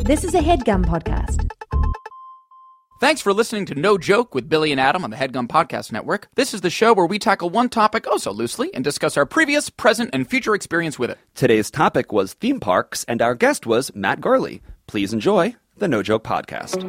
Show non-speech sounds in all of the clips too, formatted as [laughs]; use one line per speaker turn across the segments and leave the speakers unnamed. This is a headgum podcast.
Thanks for listening to No Joke with Billy and Adam on the Headgum Podcast Network. This is the show where we tackle one topic oh so loosely and discuss our previous, present, and future experience with it.
Today's topic was theme parks, and our guest was Matt Garley. Please enjoy the No Joke Podcast.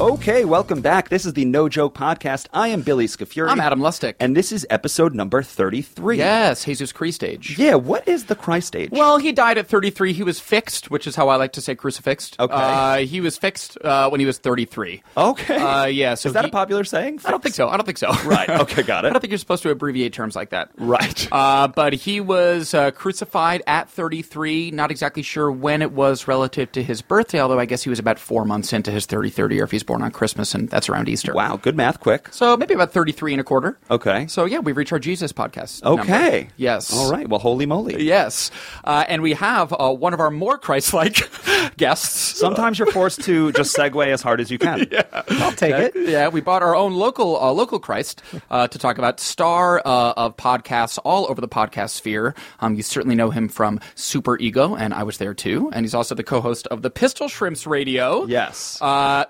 Okay, welcome back. This is the No Joke Podcast. I am Billy Scafuri.
I'm Adam Lustig.
And this is episode number 33.
yes, Jesus Christ age.
Yeah, what is the Christ age?
Well, he died at 33. He was fixed, which is how I like to say crucifixed.
Okay.
Uh, he was fixed uh, when he was 33.
okay.
Uh, yeah, so
is that
he-
a popular saying?
I don't think so. I don't think so.
[laughs] Right. Okay, got
[laughs]
it.
I don't think you're supposed to abbreviate terms like that.
Right.
Uh, but he was uh, crucified at 33. Not exactly sure when it was relative to his birthday, although I guess he was about four months into his 33rd year if he's born on Christmas, and that's around Easter.
Wow, good math quick.
So maybe about 33 and a quarter.
Okay.
So yeah, we've reached our Jesus podcast. number.
Okay.
Yes.
All right. Well, holy moly.
Yes. Uh, and we have uh, one of our more Christ like [laughs] guests.
Sometimes you're forced
[laughs]
to just segue as hard as you can. I'll take it.
Yeah, we bought our own local uh, local Christ uh, to talk about star uh, of podcasts all over the podcast sphere. Um, you certainly know him from Super Ego, and I was there too. And he's also the co-host of the Pistol Shrimps Radio.
Yes.
Uh,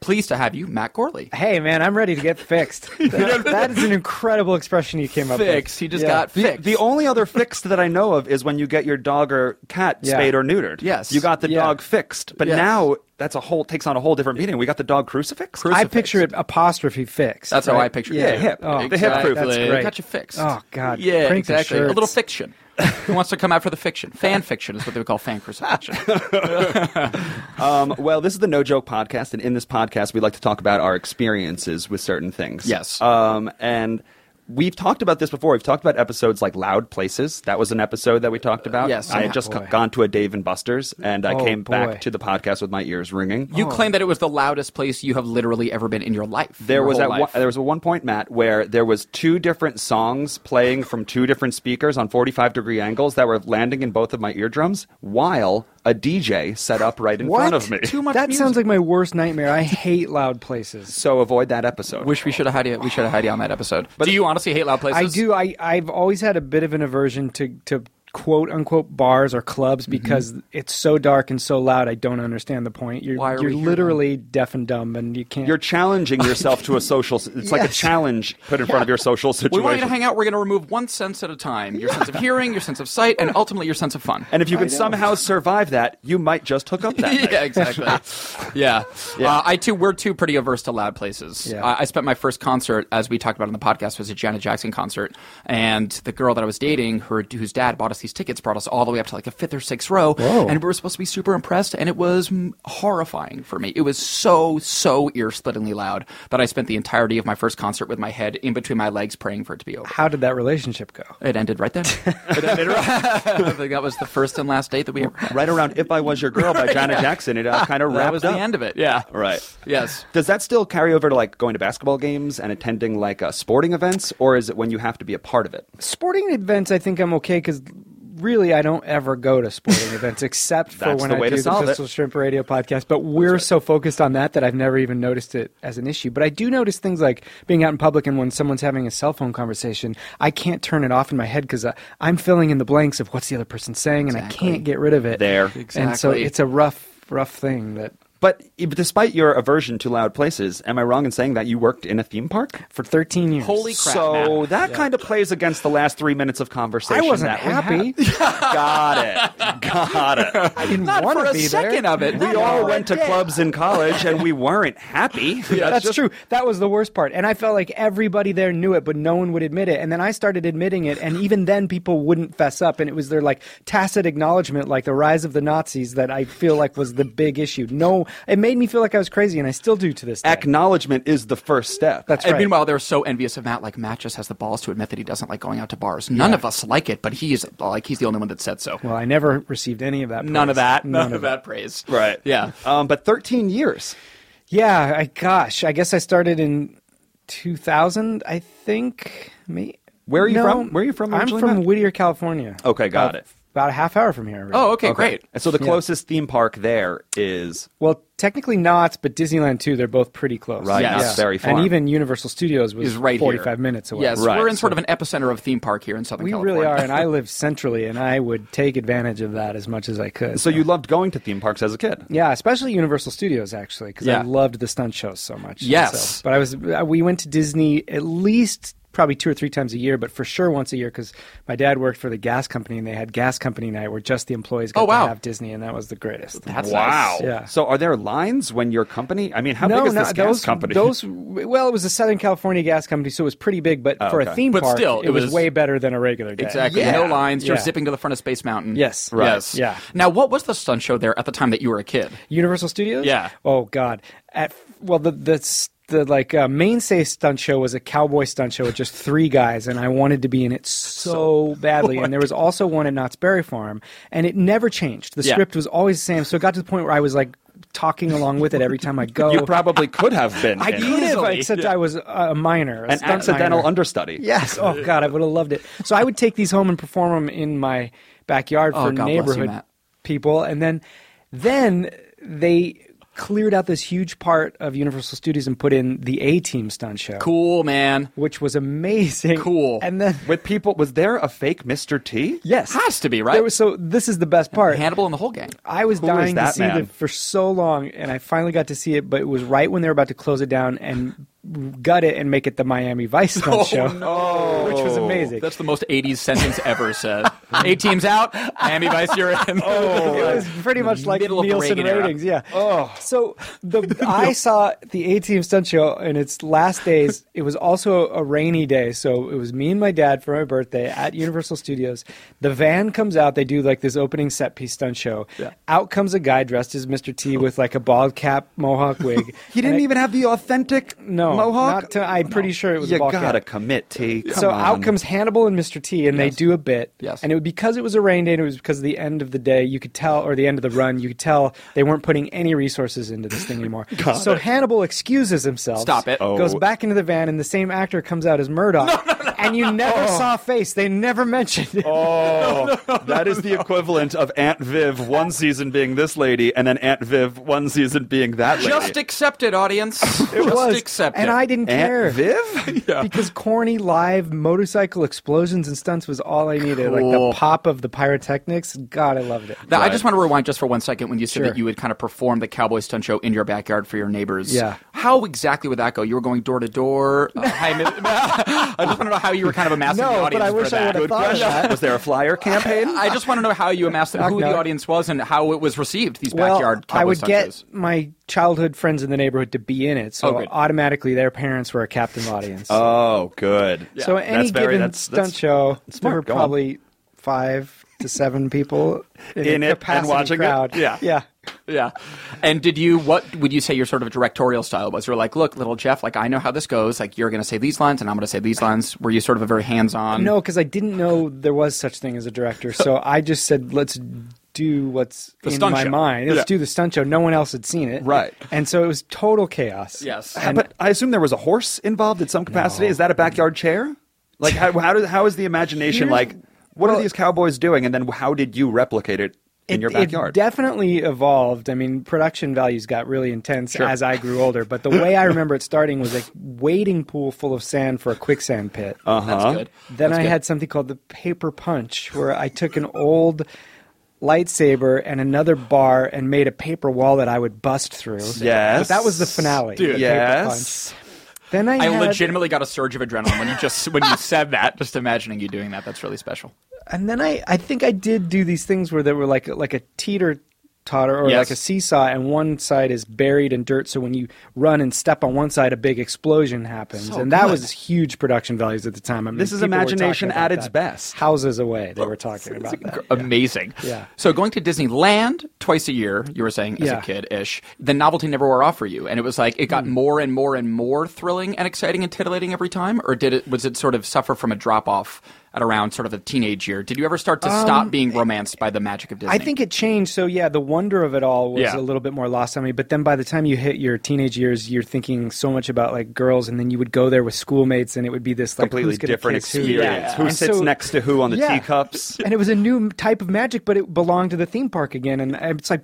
pleased to have you, Matt Gorley.
Hey man, I'm ready to get
[laughs]
fixed. That- that is an incredible expression you came up with.
Fixed. He just
Yeah.
got
the,
fixed.
the only other fixed that I know of is when you get your dog or cat
Yeah.
spayed or neutered.
Yes.
You got the
Yeah.
dog fixed, but
Yes.
now that's a whole takes on a whole different meaning. We got the dog crucifixed.
I picture it apostrophe fixed.
That's how
right?
I picture
Yeah,
it. too.
hip. Oh, the hip
Exactly.
proof. That's
great.
Got you fixed.
Oh, God.
Yeah,
Print the
exactly. A little
shirts.
fiction.
[laughs]
Who wants to come out for the fiction? Fan fiction is what they would call fan crucifixion.
Um, well, this is the No Joke podcast, and in this podcast, we like to talk about our experiences with certain things.
Yes.
Um, and we've talked about this before. We've talked about episodes like Loud Places. That was an episode that we talked about.
yes.
I
Oh,
had just
boy.
gone to a Dave and Buster's, and I
Oh,
came
boy.
back to the podcast with my ears ringing. Um,
You claim that it was the loudest place you have literally ever been in your life.
There
your
was
whole
at one,
life.
there was a one point, Matt, where there was two different songs playing from two different speakers on forty five degree angles that were landing in both of my eardrums, while a DJ set up right in
What?
front of me.
Too much
That
music.
sounds like my worst nightmare. I hate loud places.
So avoid that episode.
Wish we should have had you. We should have had you on that episode. do you honestly hate loud [laughs] places?
I do. I I've always had a bit of an aversion to to quote unquote bars or
Mm-hmm.
clubs because it's so dark and so loud. I don't understand the point. You're
Why are
you're
we here,
literally deaf and dumb, and you can't.
[laughs]
You're challenging yourself to a social. It's like a
Yes.
challenge put in front of your social
We
situation.
want you to hang out. We're going to remove one sense at a time: your sense of hearing, your sense of sight, and ultimately your sense of fun.
and if you can somehow survive that, you might just hook up that
[laughs]
night.
yeah, exactly. [laughs] yeah, Uh, I too. We're too pretty averse to loud places.
Yeah.
I, I spent my first concert, as we talked about on the podcast, was a Janet Jackson concert, and the girl that I was dating, her whose dad bought us these tickets, brought us all the way up to like a fifth or sixth row, and we were supposed to be super impressed, and it was mm, horrifying for me. It was so so ear-splittingly loud that I spent the entirety of my first concert with my head in between my legs, praying for it to be over.
How did that relationship go?
It ended right [laughs] then. It ended right- I think that was the first and last date that we ever had.
Right around "If I Was Your
[laughs]
Girl" by Janet Jackson, it uh, kind of
That
wrapped
was
up.
the end of it. Yeah.
Right.
Yes.
Does that still carry over to like going to basketball games and attending like uh, sporting events, or is it when you have to be a part of it?
sporting events i think i'm okay because really i don't ever go
[laughs]
to sporting events except for
That's
when
the
i
way to
do the
solve it.
pistol shrimp radio podcast but we're so focused on that that i've never even noticed it as an issue but i do notice things like being out in public and when someone's having a cell phone conversation i can't turn it off in my head because uh, i'm filling in the blanks of what's the other person saying
Exactly.
and i can't get rid of it
There.
and so
Exactly.
it's a rough rough thing that
But e- despite your aversion to loud places, am I wrong in saying that you worked in a theme park?
for 13 years
Holy crap.
so
man.
that kind of plays against the last three minutes of
i
conversation.
wasn't
that we
happy
had.
[laughs]
Got it. Got it.
i
[laughs]
didn't
Not
want
for
to
a
be
second
there
of it.
We all went to clubs in college and we weren't
[laughs]
happy.
That's true. That was the worst part. And I felt like everybody there knew it, but no one would admit it. And then I started admitting it, and even then people wouldn't fess up. And it was their like tacit acknowledgement, like the rise of the Nazis, that I feel like was the big issue. No, it made me feel like I was crazy, and I still do to this day.
Acknowledgement is the first step.
That's
And
right.
meanwhile, they're so envious of Matt. Like Matt just has the balls to admit that he doesn't like going out to bars. None of us like it, but he's like he's the only one that said so.
well, I never received any of that.
none
praise.
of that. None,
None
of
[laughs]
of
that praise.
right.
Yeah.
Um, but 13 years.
Yeah, I gosh, I guess I started in 2000, I think. Me.
Where are you
No,
from? Where are you from
I'm
originally,
from
Matt?
Whittier, California.
Okay, got
About
it.
about a half hour from here. really.
Oh, okay, great.
Uh, And so the closest theme park there is
Well, technically not, but Disneyland too. They're both pretty close.
Right,
Yes.
not very far.
And even Universal Studios was
Is right here.
45 minutes away.
Yes,
Right.
we're in sort of an epicenter of theme park here in Southern
We
California.
really are,
[laughs]
and I live centrally, and I would take advantage of that as much as I could.
So you loved going to theme parks as a kid.
yeah, especially Universal Studios actually, because
Yeah.
I loved the stunt shows so much.
Yes.
So- but I was uh, we went to Disney at least probably two or three times a year, but for sure once a year because my dad worked for the gas company, and they had gas company night where just the employees got
Oh, wow.
to have Disney, and that was the greatest.
That's
wow.
nice.
Yeah.
So are there lines when your company? I mean, how big is this gas
those,
company?
Those, well, it was a Southern California gas company, so it was pretty big. But for
Oh, okay.
a theme
But
park,
still,
it,
it
was,
was-
way better than a regular day.
Exactly. No lines. You're
Yeah.
zipping to the front of Space Mountain.
Yes. Right.
Yes.
Yeah.
Now, what was the stunt show there at the time that you were a kid?
Universal Studios.
Yeah.
Oh God. At well, the the s- the like uh, mainstay stunt show was a cowboy stunt show with just three guys, and I wanted to be in it
[laughs]
so badly. And there was also one at Knott's Berry Farm, and it never changed. The
Yeah.
script was always the same, so it got to the point where I was like talking along with it every time I
[laughs]
go.
you probably could
[laughs]
have been.
I
in
could
it.
have,
Easily,
except I was a minor, a
an
stunt
accidental
minor.
understudy.
Yes. Oh God, I would have loved it. So I would take these home and perform them in my backyard
Oh,
for
God bless you,
neighborhood
Matt.
people, and then then they cleared out this huge part of Universal Studios and put in the A Team stunt show,
Cool, man.
which was amazing.
Cool.
And then
With people, was there a fake Mr. T?
yes,
Has to be, right?
There was, so this is the best part.
Hannibal and the whole gang.
I was
Who is
dying to
that
see
man?
it for so long, and I finally got to see it. But it was right when they were about to close it down and gut it and make it the Miami
[laughs]
Vice stunt
Oh,
show, which was
Oh.
amazing.
That's the most 80s sentence ever
[laughs]
said. A team's out, Miami Vice, you're in. Oh,
it was pretty much like
Middle of the
Nielsen
Reagan era.
ratings. Yeah. Oh. So the I saw the A Team stunt show in its last days. it was also a rainy day, so it was me and my dad for my birthday at Universal Studios. The van comes out. They do like this opening set piece stunt show. Out comes a guy dressed as Mr. T with like a bald cap, mohawk wig.
He didn't
And I-
even have the authentic
no
mohawk.
Not to, I'm pretty sure it was
you
a bald
gotta
cap
commit, T. Come
so
on.
out comes Hannibal and Mr. T, and they do a bit.
Yes.
And it because it was a rain day, and it was because of the end of the day, you could tell, or the end of the run, you could tell they weren't putting any resources into this
[laughs]
thing anymore. so Hannibal excuses himself.
Stop it.
Oh.
Goes back into the van, and the same actor comes out as Murdoch. And you never
Oh.
saw a face. They never mentioned it.
[laughs] Oh, that is the equivalent of Aunt Viv one season being this lady, and then Aunt Viv one season being that lady.
Just accept it, audience.
[laughs] It
Just
was,
accept
and
it.
I didn't care.
Aunt [laughs]
[laughs]
Viv?
Because corny live motorcycle explosions and stunts was all I needed. Like the
Cool.
pop of the pyrotechnics. God, I loved it.
Now, I
Right.
just want to rewind just for one second when you said
Sure.
that you would kind of perform the cowboy stunt show in your backyard for your neighbors.
Yeah.
How exactly would that go? You were going door to door. uh, hi, Miss- [laughs] I just want to know how you were kind of amassing the
No,
audience
but I
for
wish I
that.
would have
Good
thought of
question.
that.
Was there a flyer
[laughs]
campaign?
I just want to know how you amassed them, who
knock.
the audience was, and how it was received. These
well,
backyard cowboy
I would
stunt
get
shows.
my childhood friends in the neighborhood to be in it,
Oh,
so
good.
automatically their parents were a captive audience.
Oh, good.
so any
That's very-
given
that's-
stunt
that's-
show, there
smart.
were
Go on.
probably five to seven people
[laughs]
in,
In
a
it and
capacity
watching it?
crowd.
Yeah.
yeah.
Yeah. And did you, what would you say your sort of directorial style was? You're like, look, little Jeff, like, I know how this goes. Like, you're going to say these lines, and I'm going to say these lines. Were you sort of a very hands on?
No, because I didn't know there was such thing as a
[laughs]
director, so I just said, "Let's do what's in
stunt
my
show.
mind. Let's
Yeah.
do the stunt show." No one else had seen it,
Right.
And so it was total chaos.
Yes.
And-
but I assume there was a horse involved in some capacity. Is that a backyard chair? Like, how, how, does, how is the imagination
Here's-
like? What are
well-
these cowboys doing? And then how did you replicate it in
it,
your
it
backyard?
definitely evolved. I mean, production values got really intense as I grew older, but the way I remember it starting was a wading pool full of sand for a quicksand pit.
Oh,
That's good.
Then I had something called the paper punch, where I took an old lightsaber and another bar and made a paper wall that I would bust through.
Yes.
But that was the finale.
Dude.
the paper punch.
yes.
Then I,
I
had,
legitimately got a surge of adrenaline when you just when you said that. Just imagining you doing that—that's really special.
and then I, I think I did do these things where there were like like a teeter totter or
Yes.
like a seesaw, and one side is buried in dirt. So when you run and step on one side, a big explosion happens,
So
and that
good.
was huge production values at the time. I mean,
This is
people were talking
imagination
about
at its
that.
best.
Houses away, they
[laughs]
were talking about that.
Amazing. [laughs]
Yeah.
So going to Disneyland twice a year, you were saying as
Yeah.
a kid ish, the novelty never wore off for you, and it was like it got more and more and more thrilling and exciting and titillating every time. Or did it? Was it sort of suffer from a drop off at around sort of a teenage year. Did you ever start to stop being romanced by the magic of Disney?
I think it changed. So yeah, the wonder of it all was
Yeah.
a little bit more lost on me. But then by the time you hit your teenage years, you're thinking so much about like girls, and then you would go there with schoolmates, and it would be this like
completely
who's gonna
different
kiss who?
experience.
Yeah.
Who,
And
sits
so-
next to who on the
Yeah.
teacups?
[laughs] And it was a new type of magic, but it belonged to the theme park again, and it's like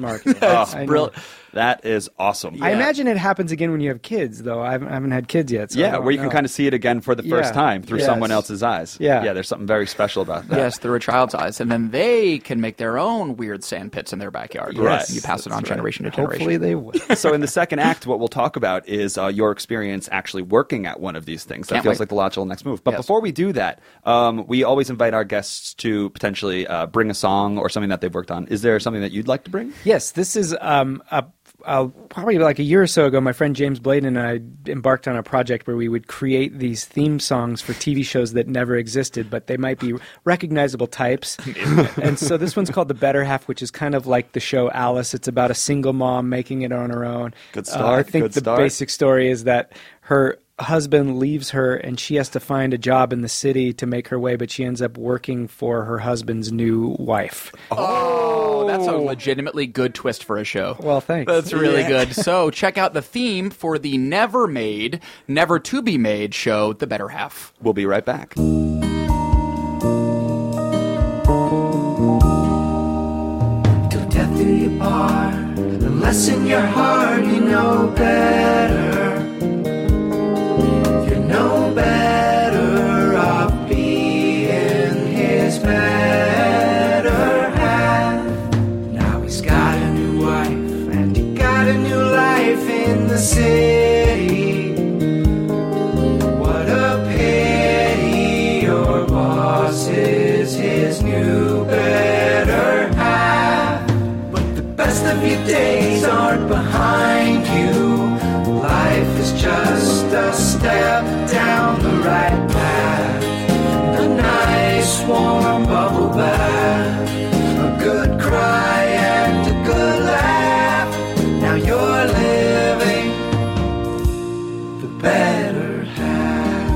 [laughs]
marketing. That's
Brill-
Oh, That is awesome.
I imagine it happens again when you have kids, though. I haven't, I haven't had kids yet. So
Yeah, where you can kind of see it again for the first
Yeah.
time through
Yes.
someone else's eyes.
Yeah.
yeah. There's something very special about that.
Yes, through a child's eyes, and then they can make their own weird sand pits in their backyard.
Yes,
and you pass it on generation to generation.
Hopefully they will.
so in the second act, what we'll talk about is uh, your experience actually working at one of these things. That
Can't
feels
wait.
like the logical next move. But
Yes.
before we do that, um, we always invite our guests to potentially uh, bring a song or something that they've worked on. Is there something that you'd like to bring?
Yes, this is um, a, a, probably like a year or so ago. My friend James Bladen and I embarked on a project where we would create these theme songs for TV shows that never existed, but they might be
[laughs]
recognizable types. and so this one's called "The Better Half," which is kind of like the show Alice. It's about a single mom making it on her own.
Good
Uh, I
start,
think
good
the
start.
basic story is that her husband leaves her and she has to find a job in the city to make her way but she ends up working for her husband's new wife
Oh, that's a legitimately good twist for a show.
Well, thanks.
That's really good. So check out the theme for the never made, never to be made show, The Better Half.
We'll be right back.
till death do you part. Unless in your heart you know better, you know better off being his better half. Now he's got a new wife and he got a new life in the city. What a pity your boss is his new better half. But the best of your days aren't behind you. Life is just a step down the right path. A nice warm bubble bath. A good cry and a good laugh. Now you're living the better half.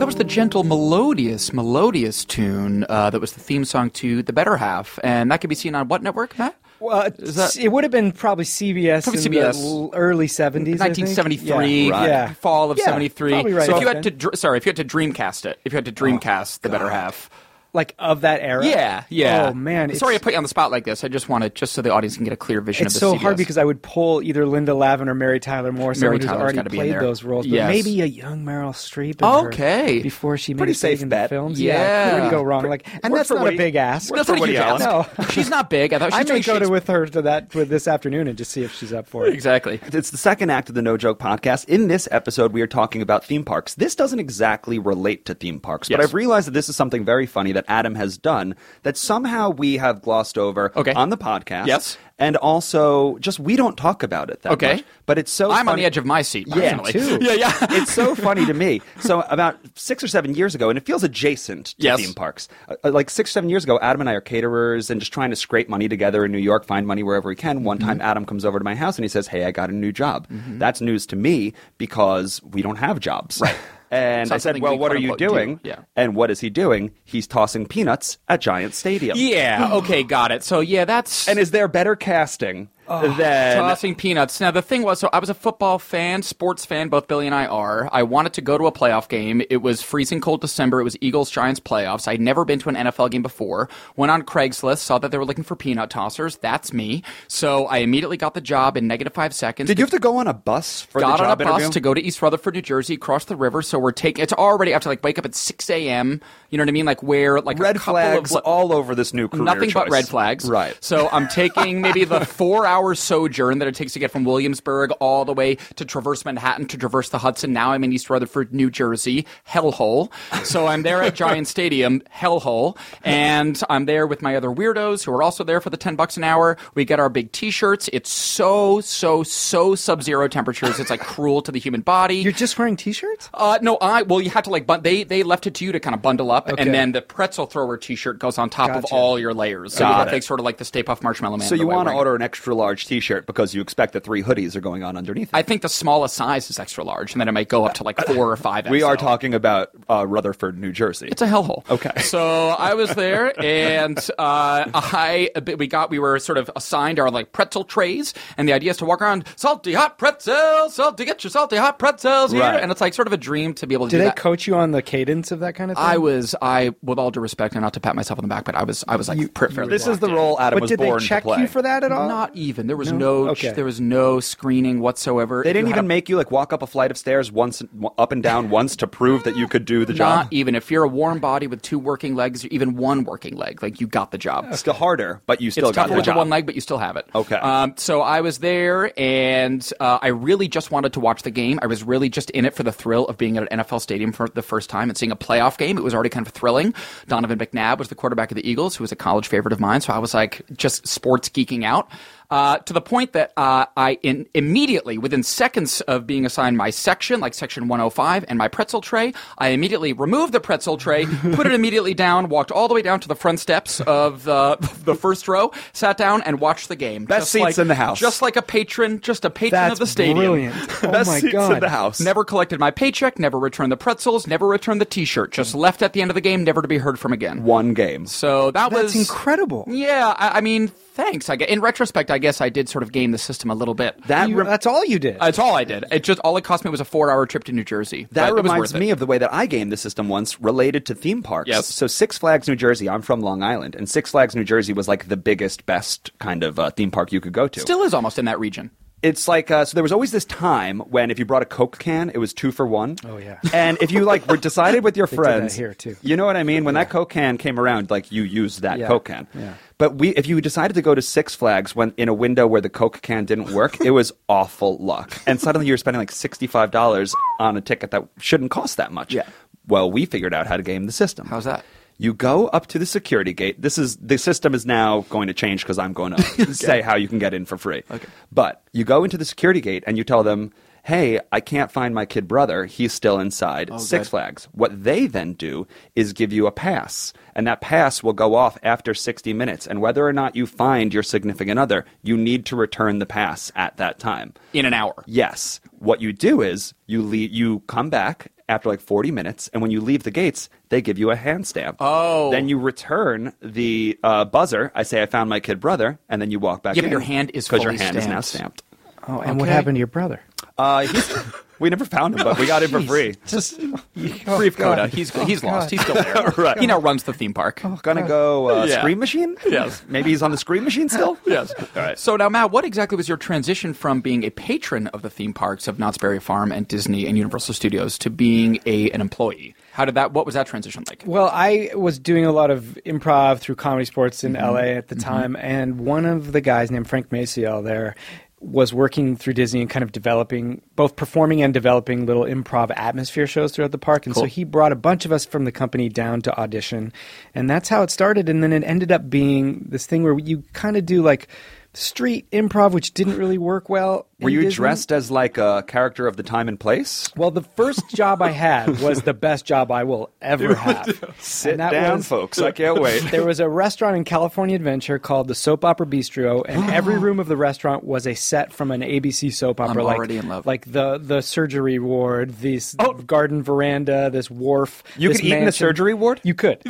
That was the gentle, melodious, melodious tune uh, that was the theme song to The Better Half. And that can be seen on what network, Matt?
Well,
that-
it would have been probably CBS,
Probably
in the
CBS.
l- early seventies,
1973,
Yeah. Yeah.
fall of
Yeah,
73.
probably right
so if
about
you had to,
then.
dr- sorry, if you had to Dreamcast it, if you had to Dreamcast The Better Half.
like of that era.
Yeah, yeah.
Oh man,
sorry I
it's,
put you on the spot like this. I just wanted just so the audience can get a clear vision
it's
of the
so
CBS.
hard because I would pull either Linda Lavin or Mary Tyler Moore, someone who's
Tyler's gotta
already
be in
played
there.
those roles, but
Yes.
maybe a young Meryl Streep. in her
Okay.
before she made
Pretty
it big
safe
in
bet.
the films.
Yeah.
couldn't go wrong. Like, and
worked
that's
for
not
Woody-
a big ask.
worked for Woody Allen.
No.
She's not big. I thought she
I
was doing
may go to
Shakespeare.
with her to that with this afternoon and just see if she's up for it.
Exactly.
[laughs] It's the second act of the No Joke podcast. In this episode, we are talking about theme parks. This doesn't exactly relate to theme parks, but
Yes.
I've realized that this is something very funny that Adam has done that somehow we have glossed over
Okay.
on the podcast.
Yes.
And also, just we don't talk about it that
Okay.
much. But it's so
I'm on
funny-
the edge of my seat.
Yeah,
Personally.
too.
[laughs] yeah, yeah.
[laughs] it's so funny to
[laughs]
me. So about six or seven years ago, and it feels adjacent to
Yes.
theme parks. Uh, like six, seven years ago, Adam and I are caterers and just trying to scrape money together in New York, find money wherever we can. One
Mm-hmm.
time, Adam comes over to my house and he says, "Hey, I got a new job." That's news to me because we don't have jobs. Right. [laughs] And
It's not
I said,
something
"Well,
we
what are you
quote-unquote do."
doing?"
Yeah.
And what is he doing? He's tossing peanuts at Giant Stadium.
Yeah. Okay. Got it. So yeah, that's
And is there better casting than
tossing peanuts. Now the thing was, so I was a football fan, sports fan. Both Billy and I are. I wanted to go to a playoff game. It was freezing cold December. It was Eagles Giants playoffs. I'd never been to an NFL game before. Went on Craigslist, saw that they were looking for peanut tossers. That's me. So I immediately got the job in negative five seconds.
Did you have to go on a bus for
got
the
on a
job
bus
interview?
to go to East Rutherford, New Jersey, across the river. So we're taking. It's already. I have to like wake up at six a.m. You know what I mean? Like wear like a
red
couple
flags
of,
all over this new career.
nothing but
choice.
red flags.
Right.
So I'm taking maybe the four hour sojourn that it takes to get from Williamsburg all the way to traverse Manhattan to traverse the Hudson. Now I'm in East Rutherford, New Jersey, hellhole. So I'm there at
[laughs]
Giant Stadium, hellhole, and I'm there with my other weirdos who are also there for the ten bucks an hour. We get our big T-shirts. It's so so so sub-zero temperatures. It's like cruel to the human body.
You're just wearing t-shirts.
Uh, no, I well, you had to like, but they they left it to you to kind of bundle up,
Okay.
and then the pretzel thrower T-shirt goes on top of
Gotcha.
all your layers. So you
Got
look
it.
like sort of like the Stay Puft Marshmallow Man.
So you
want to
order an extra large T-shirt because you expect that three hoodies are going on underneath. It.
I think the smallest size is extra large, and then it might go up to like four or five.
Uh, we are
XL.
talking about uh, Rutherford, New Jersey.
It's a hellhole.
Okay.
[laughs] So I was there, and uh, I we got we were sort of assigned our like pretzel trays, and the idea is to walk around salty hot pretzels, salty get your salty hot pretzels here,
Right.
and it's like sort of a dream to be able to
Do
do
they
that.
coach you on the cadence of that kind of thing?
I was I with all due respect and not to pat myself on the back, but I was I was like per- fairly
this is
locked
the
in.
role Adam
But
was
did they
born
check
to play.
you for that at all?
Not even there was
No?
no,
Okay.
there was no screening whatsoever.
They
If you
didn't
had
even
a
make you like walk up a flight of stairs once, up and down once to prove that you could do the job.
[laughs] Not even if you're a warm body with two working legs, or even one working leg, like you got the job.
Still harder, but you still
it's
got
tougher
the
with
job.
the one leg, but you still have it.
Okay.
Um, so I was there, and uh, I really just wanted to watch the game. I was really just in it for the thrill of being at an NFL stadium for the first time and seeing a playoff game. It was already kind of thrilling. Donovan McNabb was the quarterback of the Eagles, who was a college favorite of mine. So I was like just sports geeking out. Uh, to the point that uh, I in, immediately, within seconds of being assigned my section, like section 105, and my pretzel tray, I immediately removed the pretzel tray, put it immediately down, walked all the way down to the front steps of the, [laughs] the first row, sat down, and watched the game.
Best seats
like-
in the house.
Just like a patron, just a patron
That's
of the stadium. [laughs]
brilliant. Oh
Best
my
seats
god.
in the house.
Never collected my paycheck, never returned the pretzels, never returned the T-shirt. Just left at the end of the game, never to be heard from again.
one game.
So that
That's
was
incredible.
Yeah, I, I mean, thanks. I get, in retrospect, I guess I did sort of game the system a little bit.
That
You-
rem-
that's all you did.
That's all I did. It just all it cost me was a four-hour trip to New Jersey. but
That
it was
reminds
worth it.
me of the way that I gamed the system once related to theme parks.
Yes.
So Six Flags New Jersey, I'm from Long Island, and Six Flags New Jersey was like the biggest, best kind of uh, theme park you could go to.
Still is almost in that region.
it's like, uh, so there was always this time when if you brought a Coke can, it was two for one.
Oh, yeah.
And if you
[laughs]
like were decided with your
did that
friends.
here, too.
You know what I mean? When that Coke can came around, like you used that
Yeah.
Coke can.
Yeah.
But we, if you decided to go to Six Flags when in a window where the Coke can didn't work, it
[laughs]
was awful luck. And suddenly you were spending like sixty-five dollars on a ticket that shouldn't cost that much.
Yeah.
Well, we figured out how to game the system.
How's that?
You go up to the security gate. This is the system is now going to change because I'm going to say how you can get in for free. Okay. But you go into the security gate and you tell them, "Hey, I can't find my kid brother. He's still inside Six
good.
Flags." What they then do is give you a pass, and that pass will go off after 60 minutes. And whether or not you find your significant other, you need to return the pass at that time.
In an hour.
Yes. What you do is you leave, you come back after like 40 minutes, and when you leave the gates, they give you a hand stamp.
Oh.
Then you return the uh, buzzer. I say, I found my kid brother, and then you walk back
Yeah,
in.
but your hand is
Because your
fully
hand is now
stamped.
stamped.
oh, and what
okay.
happened to your brother?
Uh, he's- [laughs] we never found him, but we got him for free.
Just
Brief coda. He's he's lost. He's still
[laughs]
there.
Right.
He now runs the theme park.
Oh,
Gonna go uh,
Yeah.
screen machine?
Yes.
Maybe he's on the screen machine still?
[laughs] Yes.
All right.
So now, Matt, what exactly was your transition from being a patron of the theme parks of Knott's Berry Farm and Disney and Universal Studios to being a an employee? How did that? What was that transition like?
Well, I was doing a lot of improv through comedy sports
Mm-hmm.
in LA at the time, and one of the guys named Frank Maciel there was working through Disney and kind of developing both performing and developing little improv atmosphere shows throughout the park. And so
Cool.
he brought a bunch of us from the company down to audition. And that's how it started. And then it ended up being this thing where you kind of do like street improv, which didn't really work well. in
Were you
Disney.
dressed as like a character of the time and place?
Well, the first job I had was the best job I will
[laughs]
ever have.
Sit
And that
down,
was-
folks. I can't [laughs] wait.
There was a restaurant in California Adventure called the Soap Opera Bistro, and
[gasps]
every room of the restaurant was a set from an ABC soap opera. like,
already in love.
Like the the surgery ward, this garden veranda, this wharf.
Oh. You
this
could eat in the
mansion.
surgery ward? [laughs]
You could.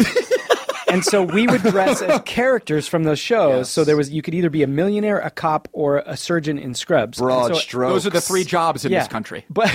and so we would dress as characters from those shows. So there was you could either be a millionaire, a cop, or a surgeon in scrubs. And
Broad
so-
strokes.
Those are the three jobs in
Yeah,
this country, [laughs]
but.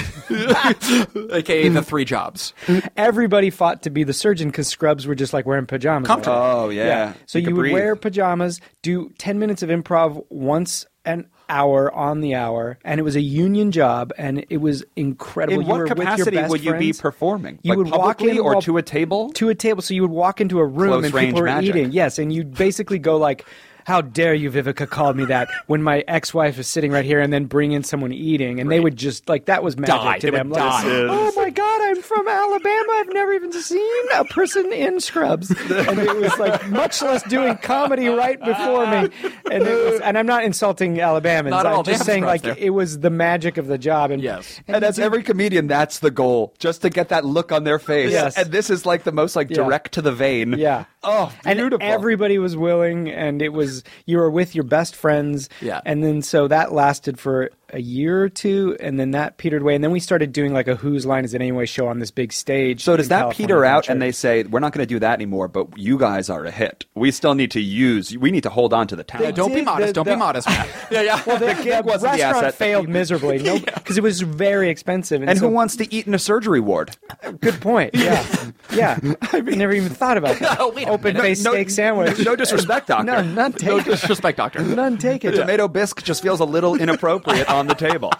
aka the three jobs.
everybody fought to be the surgeon because scrubs were just like wearing pajamas. all the
Comfortable.
time.
Oh, yeah.
So
You
you,
could
would
breathe.
wear pajamas, do 10 minutes of improv once an hour on the hour, and it was a union job, and it was incredible.
In
you
what
were with your
capacity
best
would you be
friends.
performing?
You
Like
would walk
publicly
in
or
while-
to a table?
To a table. So you would walk into a room
Close
and
range
people were
magic.
eating. Yes, and you'd basically go like, "How dare you, Vivica, call me that when my ex-wife is sitting right here?" And then bring in someone eating, and they would just like that was magic
Die.
to
They would
them. Like,
die.
Oh my God, I'm from Alabama. I've never even seen a person in scrubs, and it was like much less doing comedy right before me. And it was, and I'm not insulting Alabamans.
Not at all.
I'm
They
just
have
saying like
scrubs there.
it was the magic of the job. And
Yes.
And as every comedian, that's the goal, just to get that look on their face.
Yes.
And this is like the most like
Yeah.
direct to the vein.
Yeah.
Oh,
and
beautiful.
everybody was willing, and it was you were with your best friends.
Yeah.
and then so that lasted for a year or two, and then that petered away, and then we started doing like a Whose Line Is It Anyway show on this big stage.
So does
in
that
California
peter out
Adventure.
and they say we're not going to do that anymore? But you guys are a hit. We still need to use. We need to hold on to the
Yeah,
talent.
don't be
did
modest.
the-
don't
the-
be modest. Matt. yeah, yeah.
the, the
wasn't [laughs] the
restaurant
asset.
failed miserably
[laughs]
because it was very expensive. And,
and
so,
who wants to eat in a surgery ward?
Good point.
[laughs]
Yeah, yeah. I never even thought about that.
Oh, wait a
Open
minute.
face
No-
steak sandwich. [laughs]
No disrespect, doctor.
no, none
no
take it.
disrespect, doctor.
[laughs] None take it.
Tomato bisque just feels a
[laughs]
little inappropriate on the table.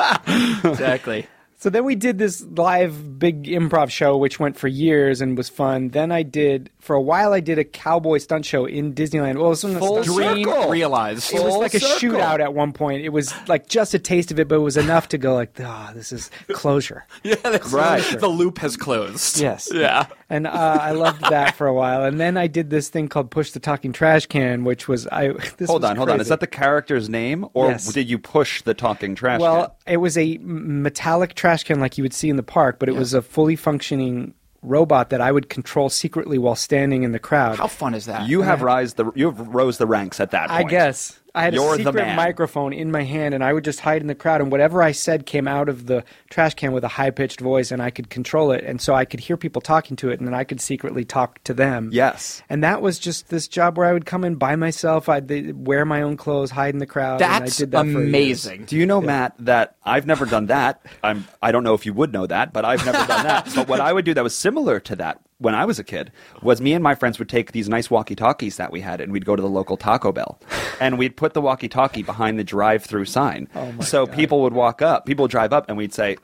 exactly.
So then we did this live big improv show, which went for years and was fun. Then I did for a while. I did a cowboy stunt show in Disneyland. Well, it was from the
Full
stunt-
circle.
Dream realized.
It was
full
like a
circle.
shootout at one point. It was like just a taste of it, but it was enough to go like, ah,
[laughs]
this is closure.
[laughs] yeah, that's
Right.
The loop has closed.
Yes.
[laughs] Yeah.
And uh, I loved that for a while. And then I did this thing called Push the Talking Trash Can, which was I. [laughs] This
Hold
was
on, hold on.
crazy.
Is that the character's name, or
Yes.
did you push the talking trash?
Well, it was a m- metallic trash can like you would see in the park, but it was a fully functioning robot that I would control secretly while standing in the crowd.
How fun is that?
can? you have rise the you have rose the ranks at that.
I
Point.
guess I had
You're
a
the
secret
man.
microphone in my hand, and I would just hide in the crowd, and whatever I said came out of the trash can with a high pitched voice, and I could control it, and so I could hear people talking to it, and then I could secretly talk to them.
Yes.
And that was just this job where I would come in by myself. I'd uh, wear my own clothes, hide in the crowd. and I
That's
did that for years.
amazing.
Do you know, Matt, that I've never done that? I'm, I don't know if you would know that, but I've never done that. But what I would do that was similar to that when I was a kid was me and my friends would take these nice walkie talkies that we had and we'd go to the local Taco Bell and we'd put the walkie talkie behind the drive through sign. so people would walk up, people would drive up and we'd say,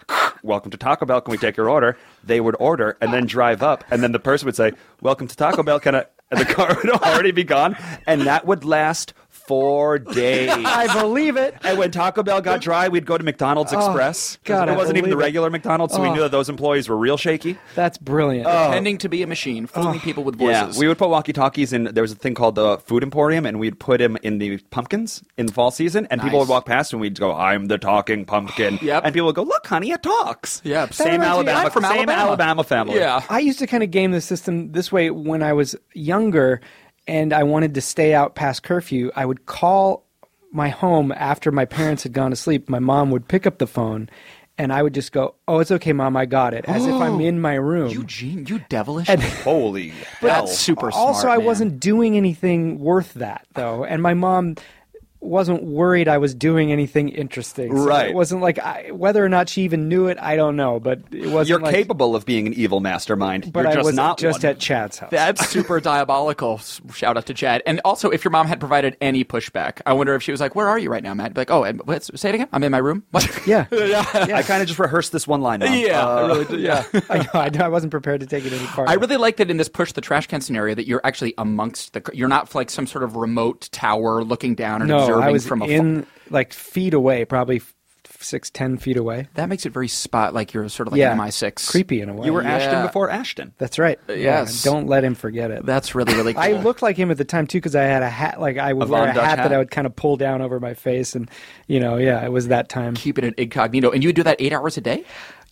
Welcome to Taco Bell, can we take your order? They would order and then drive up. And then the person would say, Welcome to Taco Bell, can I? And the car [laughs] would already be gone. And that would last four days.
I believe it.
And when Taco Bell got dry, we'd go to McDonald's Express. 'Cause
God,
it Oh.
I
wasn't even the
believe it.
regular McDonald's, so we knew that those employees were real shaky.
That's brilliant.
Oh,
Pretending to be a machine, fooling people with voices.
Yeah, we would put walkie talkies in. There was a thing called the Food Emporium, and we'd put him in the pumpkins in the fall season, and people
Nice.
would walk past, and we'd go, "I'm the talking [sighs] pumpkin,"
Yep.
and people would go, "Look, honey, it talks."
Yeah, That
same
reminds me,
Alabama,
I'm from
same
Alabama.
Alabama. family.
Yeah.
I used to kind of game the system this way when I was younger and I wanted to stay out past curfew. I would call my home after my parents had gone to sleep. My mom would pick up the phone and I would just go, Oh, it's okay, mom, I got it, as if I'm
Oh.
in my room.
You gene, you devilish.
Holy hell!
That's super smart.
also, I
man.
wasn't doing anything worth that, though. And my mom wasn't worried I was doing anything interesting. So
Right.
It wasn't like I, whether or not she even knew it, I don't know, but it wasn't
You're
like,
capable of being an evil mastermind.
But
You're
I
just
was
not [laughs]
just
one.
at Chad's
[laughs]
house.
That's super diabolical. S- Shout out to Chad. And also, if your mom had provided any pushback, I wonder if she was like, "Where are you right now, Matt?" Be like, "Oh, and what's, say it again. I'm in my room." What?
[laughs]
[laughs]
Yeah.
I kind of just rehearsed this one line. Uh, Now.
[laughs] yeah, I really did. Yeah.
[laughs] I, know, I, know, I wasn't prepared to take it any part.
I really like that in this push the trash can scenario that you're actually amongst the. cr- You're not like some sort of remote tower looking down and
no,
observing
I was
from afar.
in like feet away, probably f- six, ten feet away.
that makes it very spot like you're sort of like
yeah,
MI6.
creepy in a way.
you were
Yeah.
Ashton before Ashton.
That's right.
yes.
Yeah, don't let him forget it.
That's really
[laughs]
really. Cool.
I looked like him at the time too because I had a hat. Like I would
A
wear
Von
a
Dutch
hat,
hat.
that I would kind of pull down over my face, and you know, yeah, it was that time.
keeping it incognito, and you would do that eight hours a day.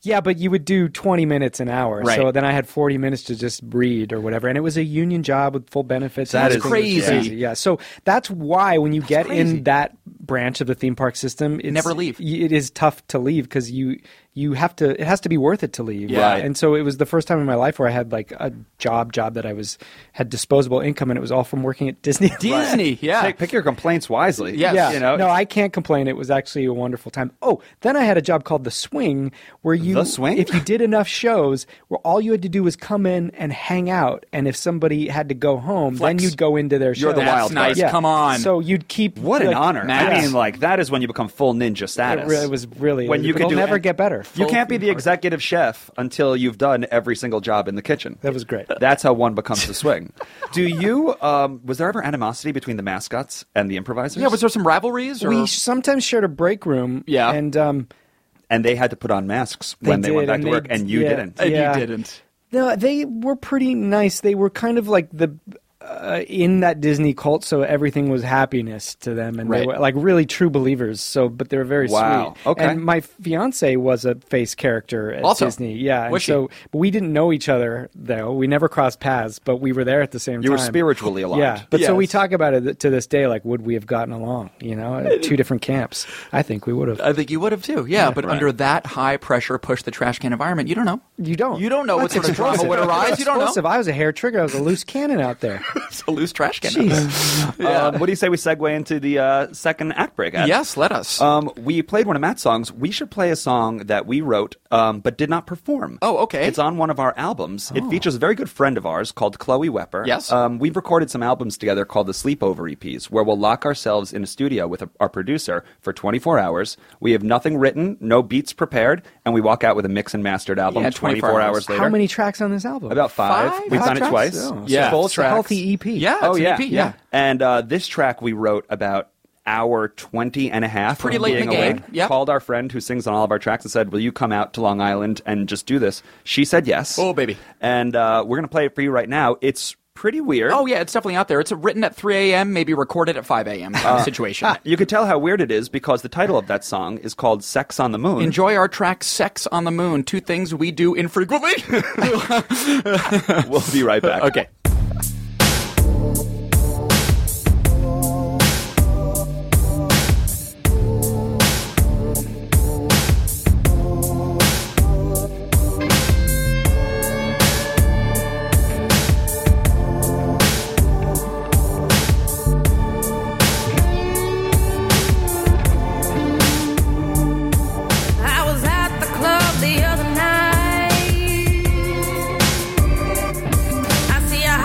Yeah, but you would do twenty minutes an hour,
Right.
so then I had forty minutes to just read or whatever, and it was a union job with full benefits.
That
and
is
everything was
crazy.
Yeah, so that's why when you get
crazy.
in that branch of the theme park system, it's,
Never leave.
y- It is tough to leave because you you have to. It has to be worth it to leave.
Yeah. Right.
and so it was the first time in my life where I had like a job job that I was had disposable income, and it was all from working at Disney. [laughs]
Disney, yeah.
[laughs] Pick, pick your complaints wisely.
Yes.
Yeah.
You know,
no, I can't complain. It was actually a wonderful time. Oh, then I had a job called The Swing where you
The Swing?
if you did enough shows where all you had to do was come in and hang out and if somebody had to go home,
Flex.
then you'd go into their show.
You're the
That's
wild card.
nice. Come on.
So you'd keep
What an
like,
honor! I
Max.
mean, like that is when you become full ninja status.
It really was really
when you
it'll
can do
never get better.
You
Full
can't be the
theme park.
executive chef until you've done every single job in the kitchen.
That was great.
That's how one becomes
[laughs]
the swing. Do you? Um, was there ever animosity between the mascots and the improvisers?
Yeah, was there some rivalries? Or?
We sometimes shared a break room.
Yeah.
And um
and they had to put on masks
They
when they went
did,
back
and
to
they
work,
d-
and you
yeah.
didn't.
and
Yeah.
you didn't.
No, they were pretty nice. They were kind of like the uh, in that Disney cult, so everything was happiness to them, and they
Right.
were like really true believers. So, but they were very
Wow.
sweet.
Okay.
And my fiance was a face character at
Also.
Disney. Yeah. and
Was she?
So but we didn't know each other though. We never crossed paths, but we were there at the same
You
time.
were spiritually aligned.
Yeah, but so we
Yes.
talk about it th- to this day. Like, would we have gotten along? You know, at two different camps. I think we would have.
I think you would have too. Yeah, but under that high pressure, push the trash can environment, you don't know.
You don't.
You don't know what
That's
sort of drama
explosive.
would arise. You don't
Explosive.
know.
I was a hair trigger. I was a loose cannon out there.
It's a loose trash can.
Jeez.
Um, what do you say we segue into the uh, second act break?
[laughs]
Ed?
Yes, let us.
Uh,
Um, we played one of Matt's songs. We should play a song that we wrote um, but did not perform.
Oh, okay.
It's on one of our albums. It features a very good friend of ours called Chloe Wepper.
Yes.
Um, we've recorded some albums together called the Sleepover EPs, where we'll lock ourselves in a studio with a, our producer for 24 hours. We have nothing written, no beats prepared, and we walk out with a mix and mastered album
Yeah,
24,
24
hours.
hours.
later.
How many tracks on this album?
About five.
Five?
We've
Five
done it
tracks?
twice.
Oh,
Yeah.
Full
It's a
tracks.
healthy E EP.
yeah.
Oh,
it's an
yeah.
EP, yeah.
And uh, this track we wrote about hour 20 and a half
Pretty
of
late in
being
the
away.
game. Yeah.
Called our friend who sings on all of our tracks and said, Will you come out to Long Island and just do this? She said yes.
Oh, baby.
And uh, we're going to play it for you right now. It's pretty weird.
Oh yeah, it's definitely out there. It's written at 3 a.m., maybe recorded at 5 a.m. kind
Uh,
of [laughs] situation.
You could tell how weird it is because the title of that song is called Sex on the Moon.
Enjoy our track "Sex on the Moon." Two things we do infrequently.
[laughs]
[laughs]
We'll be right back.
okay.
I was at the club the Oh, other night. I see a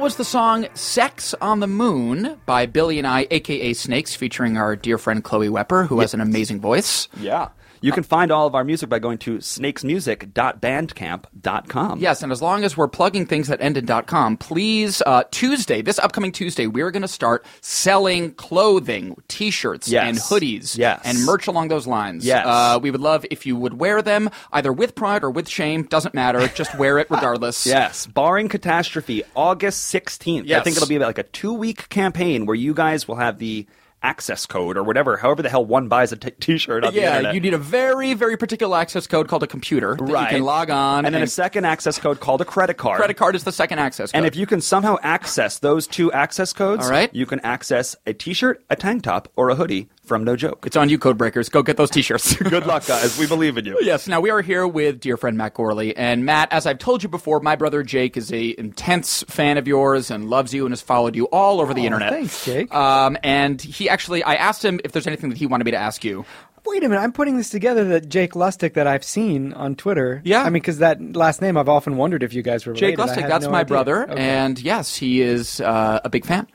was the song Sex on the Moon by Billy and I, aka Snakes, featuring our dear friend Chloe Wepper, who has an amazing voice.
Yeah. You can find all of our music by going to snakesmusic.bandcamp.com.
Yes, and as long as we're plugging things that end in .com, please, uh, Tuesday, this upcoming Tuesday, we're going to start selling clothing, T-shirts
Yes.
and hoodies
Yes.
and merch along those lines.
Yes.
Uh, we would love if you would wear them, either with pride or with shame, doesn't matter. Just wear it
[laughs]
regardless.
Yes, barring catastrophe, August 16th. I
Yes.
think it'll be about like a two week campaign where you guys will have the access code or whatever, however the hell one buys a t shirt on the
Yeah,
internet.
you need a very, very particular access code called a computer that you
Right.
can log on.
and then a second access code called a credit card.
credit card is the second access code.
And if you can somehow access those two access codes,
All right.
you can access a t shirt, a tank top, or a hoodie from No Joke.
it's on you, code breakers. Go get those [laughs] t-shirts.
[laughs] Good luck, guys. We believe in you.
Yes, now we are here with dear friend Matt Gorley. And Matt, as I've told you before, my brother Jake is a intense fan of yours and loves you and has followed you all over the internet.
thanks, Jake.
Um, and he actually, I asked him if there's anything that he wanted me to ask you.
Wait a minute, I'm putting this together that Jake Lustig that I've seen on Twitter.
Yeah.
I mean, because that last name, I've often wondered if you guys were
Jake
related. I
Lustig,
had
that's
no
my
idea.
brother,
Okay. Oh,
and yes, he is uh, a big fan.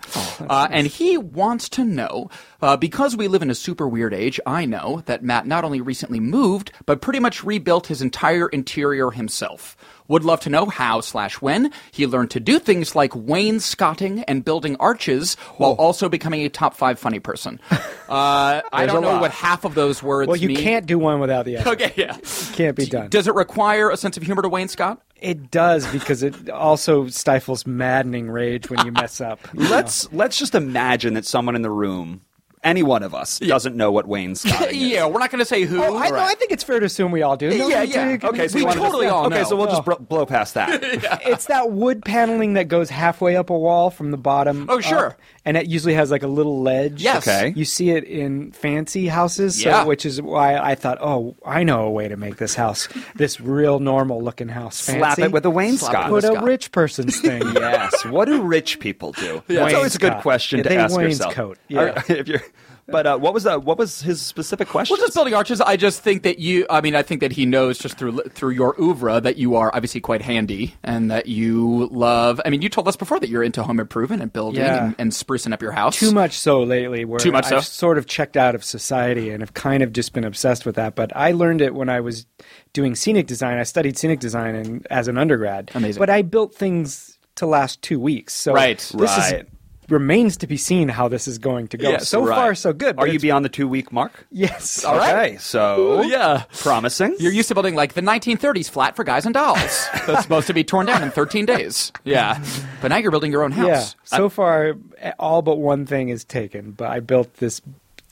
uh, And he wants to know uh, because we live in a super weird age. I know that Matt not only recently moved, but pretty much rebuilt his entire interior himself. Would love to know how slash when he learned to do things like wainscoting and building arches while
Oh.
also becoming a top five funny
[laughs]
person. Uh, I
There's
don't
a
know
lot.
what half of those words.
Well, you
mean.
can't do one without the
[laughs]
other.
Okay, yeah,
Can't be done.
Does it require a sense of humor to wainscot?
It does because it also stifles maddening rage when you
[laughs]
mess up. you know?
Let's let's just imagine that someone in the room, any one of us, doesn't know what Wayne Scott is.
[laughs] yeah, we're not going to say who.
Oh, I, no, I think it's fair to assume we all do. No,
Yeah,
we
yeah.
do.
Okay, so
We
you wanna
totally
just,
all
Okay,
know.
so we'll just bro- blow
[laughs]
past that.
it's that wood paneling that goes halfway up a wall from the bottom.
Oh, sure.
up, and it usually has like a little ledge.
Yes.
Okay.
You see it in fancy houses, so,
Yeah.
which is why I thought, oh, I know a way to make this house, this real normal looking house, fancy.
Slap it with a Wayne
Slap it
Scott.
with
Put a
Scott.
rich person's thing.
[laughs] yes. What do rich people do? That's always a good
Wainscot.
question
Yeah,
to
they
ask yourself.
wainscot,
All
yeah.
right, [laughs] if you're, but uh, what was that? What was his specific question?
Well, just building arches. I just think that you. I mean, I think that he knows just through through your oeuvre that you are obviously quite handy and that you love. I mean, you told us before that you're into home improvement and building
Yeah.
and, and sprucing up your house.
Too much so lately. Where
Too much so?
I've sort of checked out of society and have kind of just been obsessed with that. But I learned it when I was doing scenic design. I studied scenic design and, as an undergrad.
Amazing.
But I built things to last two weeks. So
Right.
this
Right.
Is, remains to be seen how this is going to go.
Yes,
so
Right.
far, so good. but
Are you
it's-
beyond the two week mark?
[laughs] Yes.
All right. Okay, so
Ooh, yeah.
promising.
You're used to building like the 1930s flat for guys and
[laughs]
dolls that's supposed to be torn down in 13 days. Yeah, but now you're building your own
Yeah.
house.
So far, all but one thing is taken. But I built this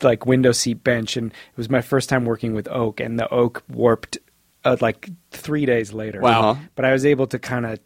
like window seat bench, and it was my first time working with oak, and the oak warped uh, like three days later.
Wow. Uh-huh.
But I was able to kind of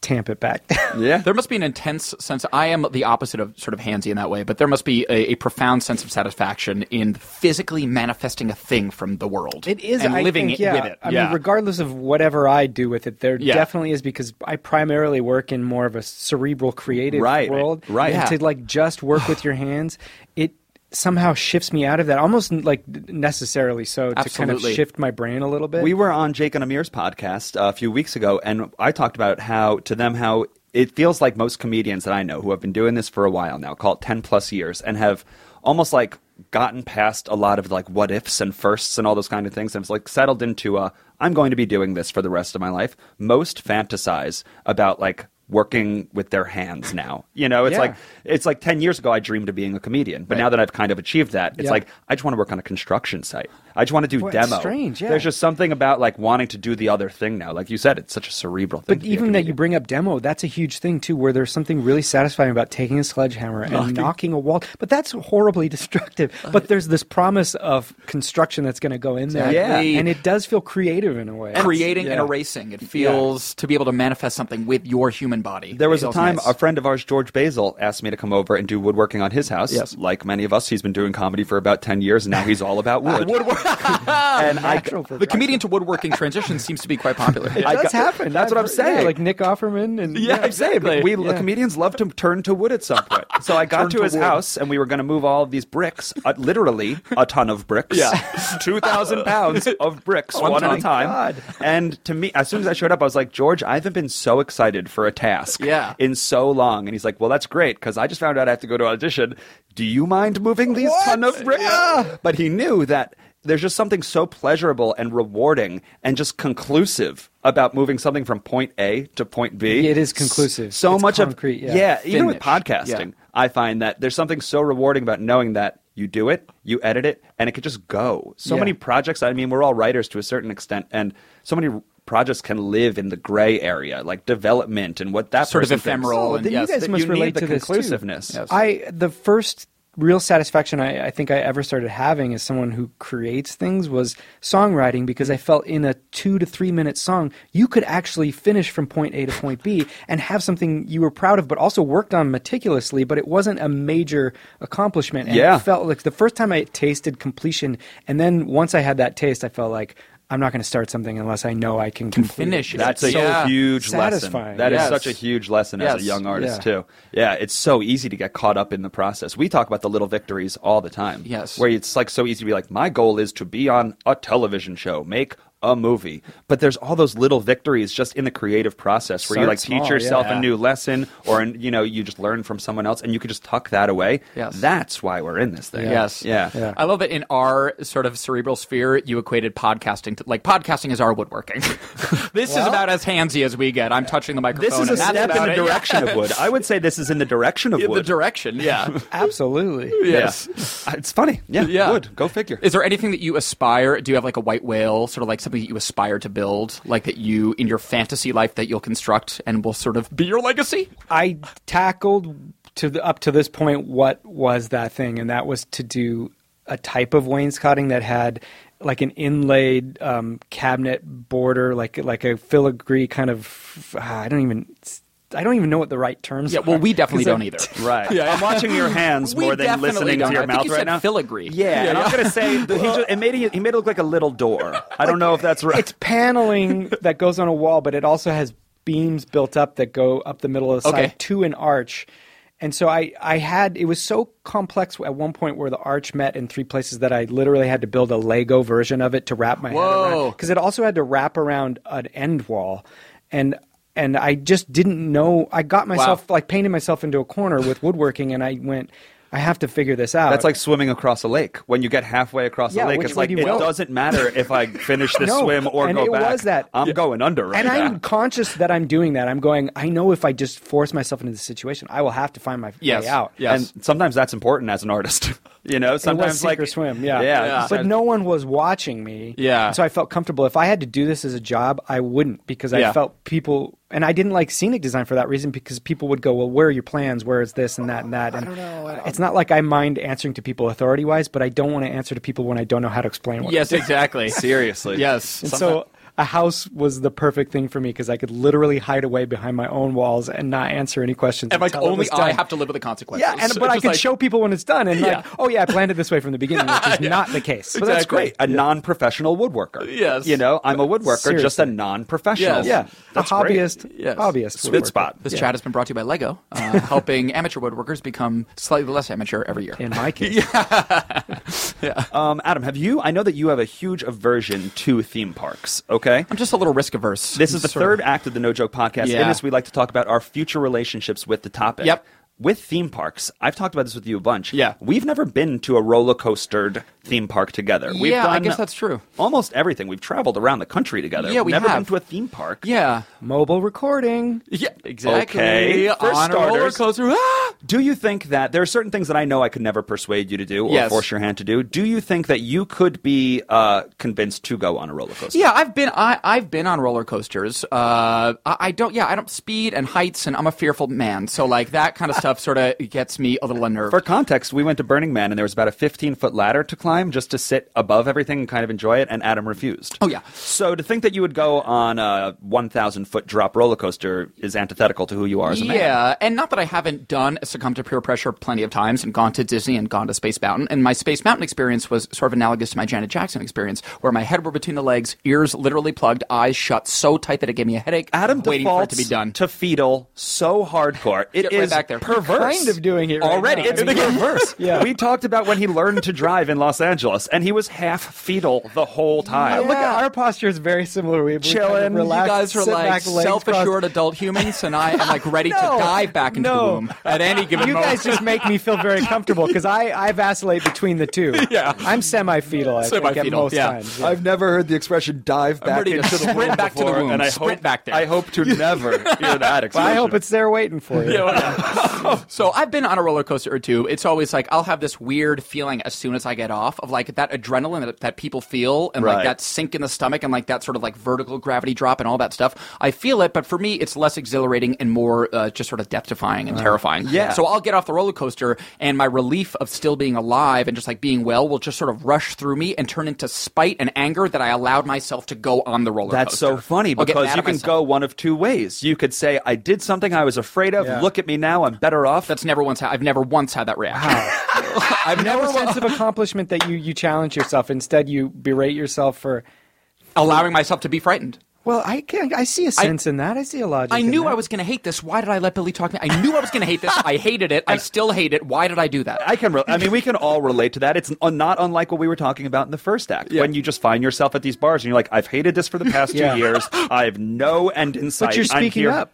tamp it back. [laughs] down.
yeah.
There must be an intense sense. I am the opposite of sort of handsy in that way, but there must be a, a profound sense of satisfaction in physically manifesting a thing from the world.
it is
and
I
living
think,
it
yeah.
with it.
I
yeah.
mean, regardless of whatever I do with it, there
Yeah.
definitely is because I primarily work in more of a cerebral creative
Right,
world.
right.
And
Yeah.
to like just work with your hands, it somehow shifts me out of that almost like necessarily so to kind
Absolutely.
of shift my brain a little bit.
We were on Jake and Amir's podcast uh, a few weeks ago, and I talked about how to them how it feels like most comedians that I know who have been doing this for a while now, call it ten plus years, and have almost like gotten past a lot of like what ifs and firsts and all those kind of things, and it's like settled into uh, I'm going to be doing this for the rest of my life. Most fantasize about like working with their hands now. You know, it's
Yeah.
like it's like 10 years ago I dreamed of being a comedian, but now that I've kind of achieved that, it's
Yeah.
like I just want to work on a construction site. I just want to do
Boy, it's
demo.
strange, yeah.
There's just something about like wanting to do the other thing now. Like you said, it's such a cerebral thing.
But even that you bring up demo, that's a huge thing too, where there's something really satisfying about taking a sledgehammer and knocking a wall. But that's horribly [laughs] destructive.
Uh,
But there's this promise of construction that's going to go in there,
Exactly.
and it does feel creative in a way.
creating and
Yeah.
erasing. It feels to be able to manifest something with your human body.
there was a
Feels
time
nice.
a friend of ours, George Basil, asked me to come over and do woodworking on his house.
Yes.
[laughs]
Like many of us, he's been doing comedy for about ten years, and now he's all about wood.
Woodwork.
and I,
Natural for
The comedian to woodworking transition seems to be quite
[laughs]
popular.
I
It does
got-
happen.
That's what I'm
I've-
saying.
Yeah, like Nick Offerman and
Yeah, exactly. We
Yeah.
comedians love to turn to wood at some point. So I got
Turn
to,
to
his
wood.
house, and we were going to move all of these bricks, uh, literally a ton of bricks,
Yeah.
[laughs] two thousand pounds of bricks, one at
time.
a time.
God.
And to me, as soon as I showed up, I was like, George, I haven't been so excited for a task,
Yeah.
in so long. And he's like, Well, that's great because I just found out I have to go to audition. Do you mind moving these ton of bricks? But he knew that. There's just something so pleasurable and rewarding and just conclusive about moving something from point A to point B
It is conclusive.
so
It's
much
concrete,
of
yeah.
even with
Finished,
podcasting,
yeah.
I find that there's something so rewarding about knowing that you do it, you edit it, and it could just go. So
Yeah.
many projects. I mean, we're all writers to a certain extent, and so many r- projects can live in the gray area, like development and what that
Sort of
person thinks.
ephemeral.
Oh,
and
then
yes,
you guys
that
must
you need
relate
the
to this too.
conclusiveness. Yes.
I the first real satisfaction I, I think I ever started having as someone who creates things was songwriting because I felt in a two to three minute song you could actually finish from point A to point B and have something you were proud of but also worked on meticulously but it wasn't a major accomplishment and
Yeah.
it felt like the first time I tasted completion and then once I had that taste I felt like I'm not going to start something unless I know I can, complete it.
finish it.
That's a
Yeah.
huge lesson.
Satisfying.
That is
Yes.
such a huge lesson as
Yes.
a young artist
Yeah.
too. Yeah, it's so easy to get caught up in the process. We talk about the little victories all the time.
Yes.
Where it's like so easy to be like, My goal is to be on a television show, make a movie. But there's all those little victories just in the creative process where you
Start
like
small,
teach yourself
yeah.
a new lesson or an, you know, you just learn from someone else and you could just tuck that away.
Yes.
That's why we're in this thing.
Yes.
Yeah.
Yeah.
I love that in our sort of cerebral sphere, you equated podcasting to like podcasting is our woodworking. [laughs] this is about as handsy as we get. I'm touching the microphone.
This is a
and that's
step in
about
the
it. Yeah.
direction of wood. I would say this is in the direction
[laughs]
of
In the
wood.
direction, yeah.
absolutely
Yes.
Yeah. It's funny. Yeah.
Yeah.
Wood. Go figure.
Is there anything that you aspire? Do you have like a white whale, sort of like something that you aspire to build, like that you in your fantasy life that you'll construct and will sort of be your legacy?
I tackled to the, up to this point what was that thing, and that was to do a type of wainscoting that had like an inlaid um, cabinet border, like like a filigree kind of. ah, I don't even. I don't even know what the right terms.
Yeah, well,
are,
we definitely
'cause I-
don't either.
[laughs] Right. I'm watching your
[laughs]
hands
We
more than
definitely
listening
don't.
to your
I think
mouth
you
right
said
now.
filigree.
Yeah, and I'm gonna say that he, just, it made, it- he made it look like a little
[laughs]
door. I don't know if that's right.
It's paneling that goes on a wall, but it also has beams built up that go up the middle of the
Okay.
side to an arch. And so I, I had it was so complex at one point where the arch met in three places that I literally had to build a Lego version of it to wrap my head
Whoa.
around because it also had to wrap around an end wall, and and I just didn't know. I got myself like painted myself into a corner with woodworking, and I went, I have to figure this out.
That's like swimming across a lake. When you get halfway across a
Yeah,
lake,
which
it's
way
like
do
it
you go?
doesn't matter if I finish this
[laughs] No,
swim or
and
go
it
back.
was that-
I'm going under right
and
now.
I'm conscious that I'm doing that. I'm going. I know if I just force myself into the situation, I will have to find my
Yes.
way out.
Yeah. Yes.
And sometimes that's important as an artist. [laughs] you know,
It was
sometimes
sink
like
or swim. Yeah.
yeah.
But no one was watching me.
Yeah.
So I felt comfortable. If I had to do this as a job, I wouldn't because I
Yeah.
felt people, and I didn't like scenic design for that reason because people would go, "Well, where are your plans? Where is this and that and that?" And I don't know. it's not like I mind answering to people authority wise, but I don't want to answer to people when I don't know how to explain what.
Yes, exactly.
Seriously.
Yes.
And so a house was the perfect thing for me because I could literally hide away behind my own walls and not answer any questions.
and like
until it
only
was
I
done.
have to live with the consequences.
Yeah, and
It's
but I
just
could
like-
show people when it's done, and like,
Yeah.
oh yeah, I planned it this way from the beginning, which
[laughs]
is
Yeah.
not the case.
But that's
Exactly.
great. A non-professional woodworker.
Yes.
You know, I'm a woodworker, just a
Seriously.
non-professional.
Yes.
Yeah,
That's
a
great.
hobbyist,
Yes.
hobbyist,
Spit
woodworker.
spot.
This chat has been brought to you by Lego, uh, [laughs] helping amateur woodworkers become slightly less amateur every year.
In
[laughs]
my case,
Um, Adam, have you? I know that you have a huge aversion to theme parks. Okay.
I'm just a little risk averse.
This is the
Sort of-
third act of the No Joke podcast.
Yeah.
In this, we like to talk about our future relationships with the topic.
Yep.
With theme parks, I've talked about this with you a bunch.
Yeah.
We've never been to a roller coastered theme park together. We've
Yeah, I
done
guess that's true.
Almost everything. We've traveled around the country together.
Yeah, we
never
have.
been to a theme park.
Yeah.
mobile recording.
Yeah, exactly.
Okay, for
On a roller
starters-
coaster. Ah!
Do you think that there are certain things that I know I could never persuade you to do or
Yes.
force your hand to do? Do you think that you could be uh, convinced to go on a roller coaster?
Yeah, I've been I, I've been on roller coasters. Uh, I, I don't. Yeah, I don't speed and heights, and I'm a fearful man. So like that kind of stuff sort of gets me a little unnerved.
For context, we went to Burning Man and there was about a 15 foot ladder to climb just to sit above everything and kind of enjoy it, and Adam refused.
Oh, yeah.
So to think that you would go on a 1,000 foot drop roller coaster is antithetical to who you are as a man.
Yeah, and not that I haven't done succumb to peer pressure plenty of times and gone to Disney and gone to Space Mountain. And my Space Mountain experience was sort of analogous to my Janet Jackson experience, where my head were between the legs, ears literally plugged, eyes shut so tight that it gave me a headache.
Adam
waiting for it
defaults
to be done.
to fetal so hardcore.
[laughs]
It is
Get right back there.
perverse.
Kind of doing it right
already.
now.
[laughs]
It's
I mean-
perverse.
Yeah.
We talked about when he learned to drive in Los Angeles, and he was half fetal the whole time.
Look, at our posture is very similar. We
Chillin'.
kind of
You
you
relaxed,
guys are
sit
like
back, legs crossed.
self-assured adult humans, and I am like ready
[laughs] No.
to dive back into
No.
the womb at any given
You
moment. [laughs]
guys just make me feel very comfortable because I, I vacillate between the two.
[laughs] Yeah.
I'm semi-fetal. I think at
Semi-fetal,
most
yeah.
times. yeah.
I've never heard the expression "dive back
ready to
into the
sprint
womb"
back to the
before,
womb.
and I
Sprint
hope-
back there.
I hope
[laughs]
to never hear that
Well, I
expression. [laughs]
hope it's there waiting for you.
So I've been on a roller coaster or two. It's always like I'll have this weird feeling as soon as I get off of like that adrenaline that, that people feel and
Right.
like that sink in the stomach and like that sort of like vertical gravity drop and all that stuff. I feel it, but for me, it's less exhilarating and more uh, just sort of death defying and terrifying.
yeah.
So I'll get off the roller coaster and my relief of still being alive and just like being well will just sort of rush through me and turn into spite and anger that I allowed myself to go on the roller
That's
coaster.
so funny
I'll get
because
mad
you
at
can
myself.
go one of two ways. You could say, I did something I was afraid of.
Yeah.
Look at me now. I'm better off.
That's never once. Ha- I've never once had that reaction. I've never
No
once
sense of accomplishment that you, you challenge yourself. Instead, you berate yourself for.
allowing myself to be frightened.
Well, I can, I see a sense in that. I see a logic.
I
in
knew
that.
I was going to hate this. Why did I let Billy talk me? I knew I was going to hate this. I hated it. I still hate it. Why did I do that?
I can. Re- I mean, we can all relate to that. It's n- not unlike what we were talking about in the first act, when you just find yourself at these bars and you're like, "I've hated this for the past
Yeah.
two years. I have no end in sight."
But you're
I'm
speaking
here."
up.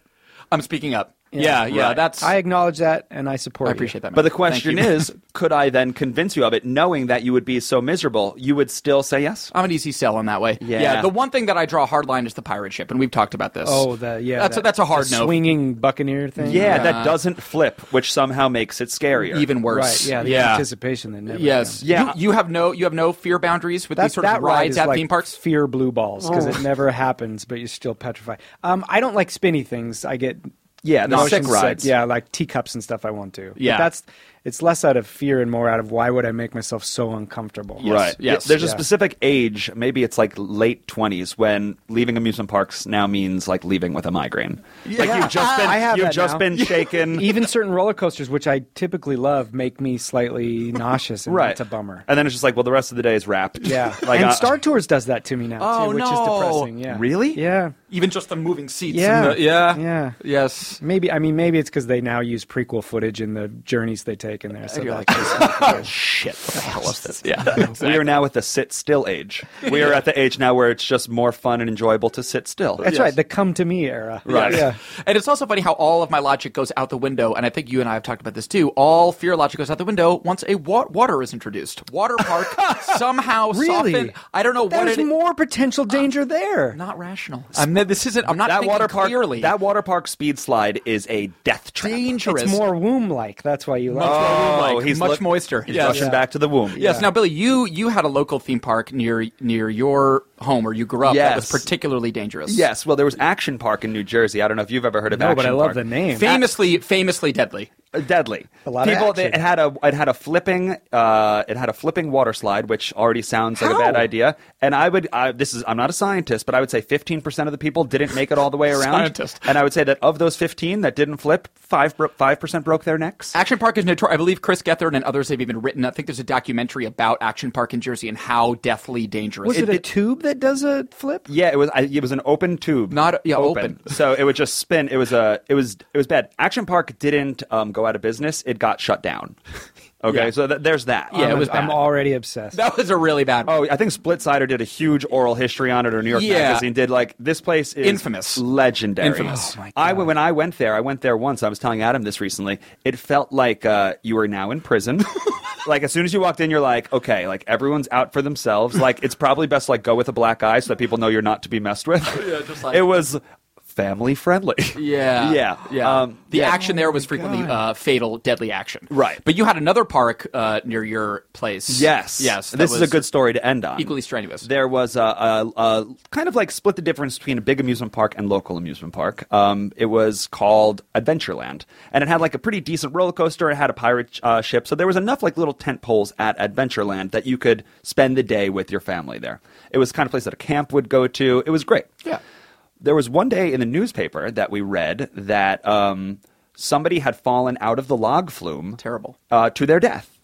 I'm speaking up. Yeah, yeah.
Right.
That's
I
I,
acknowledge that, and I support.
appreciate that.
But the
man.
question
Thank you.
is, could I then convince you of it, knowing that you would be so miserable? You would still say yes.
I'm an easy sell on that way.
Yeah.
The one thing that I draw a hard line is the pirate ship, and we've talked about this.
Oh, the yeah.
That's
that-
a, that's a hard
the
no.
Swinging buccaneer thing.
Yeah, that doesn't flip, which somehow makes it scarier.
Even
Right.
worse.
Yeah. The
yeah.
anticipation that never.
Yes.
comes.
Yeah.
You, you have no you have no fear boundaries with
That,
these sort of
that ride
rides
is
at
like
theme parks. Oh.
Fear blue balls because it never happens, but you're still petrified. Um, I don't like spinny things. I get
Yeah, the
motion
sick rides.
Yeah, like teacups and stuff. I won't do. But
Yeah.
that's it's less out of fear and more out of why would I make myself so uncomfortable?
Right.
yes,
There's a
yeah.
specific age, maybe it's like late 20s, when leaving amusement parks now means like leaving with a migraine. Like
Yeah.
you've just been,
I have
you've
that
just
now. [laughs]
been shaken.
Even certain roller coasters, which I typically love, make
[laughs]
me slightly nauseous,
[laughs]
and
right.
that's
[laughs]
a bummer.
And then it's just like, well, the rest of the day is wrapped.
Yeah,
[laughs] Like,
and
uh,
Star Tours does that to me now,
Oh,
too, which
no.
is depressing. Yeah,
Really?
Yeah,
Even just the moving seats.
Yeah.
and the- yeah.
Yeah.
Yes.
maybe. I mean, maybe it's because they now use prequel footage in the journeys they take
[laughs]
in there. So
You're
that's
like,
shit. What the hell is this?
yeah.
We are now at the sit still age. We are at the age now where it's just more fun and enjoyable to sit still.
that's right. The come to me era.
Right.
Yeah.
And it's also funny how all of my logic goes out the window, and I think you and I have talked about this too. All fear logic goes out the window once a wa- water is introduced. Water
[laughs]
park somehow
Really?
softened. I don't know what
There's
it
more
Ah,
potential danger there.
Not rational. I'm, this isn't. I'm not
that
thinking
water park
clearly.
that water park speed slide is a death trap.
dangerous.
it's more womb-like. That's why you like. it.
Oh,
like,
he's
much
look-
moister.
He's
Yes.
rushing
Yeah.
back to the womb.
Yes. Now, Billy, you you had a local theme park near near your home where you grew up that was
Yes.
particularly dangerous.
Yes, well, there was Action Park in New Jersey. I don't know if you've ever heard of
No,
Action
but I love
Park.
the name.
Famously, famously deadly.
Uh, Deadly.
A lot of
People. they-
action.
it had a. It had a flipping. Uh, it had a flipping water slide, which already sounds like a bad
How?
idea. And I would. I, this is. I'm not a scientist, but I would say 15 percent of the people didn't make it all
[laughs]
the way around.
Scientist.
And I would say that of those 15 that didn't flip, five five percent broke their necks.
Action Park is notorious. I believe Chris Gethard and others have even written. I think there's a documentary about Action Park in Jersey and how deathly dangerous.
Was it, a tube that does a flip?
Yeah, it was. I, it was an open tube.
Not- yeah,
[laughs]
open.
So it would just spin. It was a. It was. It was bad. Action Park didn't um, go out of business. It got shut down.
[laughs]
Okay,
Yeah.
so th- there's that. Um,
Yeah, it
I'm-
was
I'm
bad.
already
[laughs]
obsessed.
That was a really bad. one.
Oh, I think Split Sider did a huge oral history on it, or New York
Yeah.
Magazine did. Like this place is
Infamous.
legendary.
Infamous. Oh, my
I when I went there, I went there once. I was telling Adam this recently. It felt like uh, you were now
[laughs]
in prison. like as soon as you walked in, you're like, okay, like everyone's out for
[laughs]
themselves. Like it's probably best like go with a black eye so that people know you're not to be messed with.
Yeah, just like-
it was family friendly.
Yeah,
yeah,
yeah.
Um,
the
yeah.
action there was frequently uh, fatal, deadly action.
Right.
But you had another park uh, near your place.
Yes,
yes. that
This is a
was
good story to end on.
Equally strenuous.
There was a, a, a kind of like split the difference between a big amusement park and local amusement park. Um, it was called Adventureland, and it had like a pretty decent roller coaster. It had a pirate uh, ship, so there was enough like little tent poles at Adventureland that you could spend the day with your family there. It was the kind of place that a camp would go to. It was great.
Yeah.
There was one day in the newspaper that we read that um, somebody had fallen out of the log flume.
Terrible.
Uh, to their death.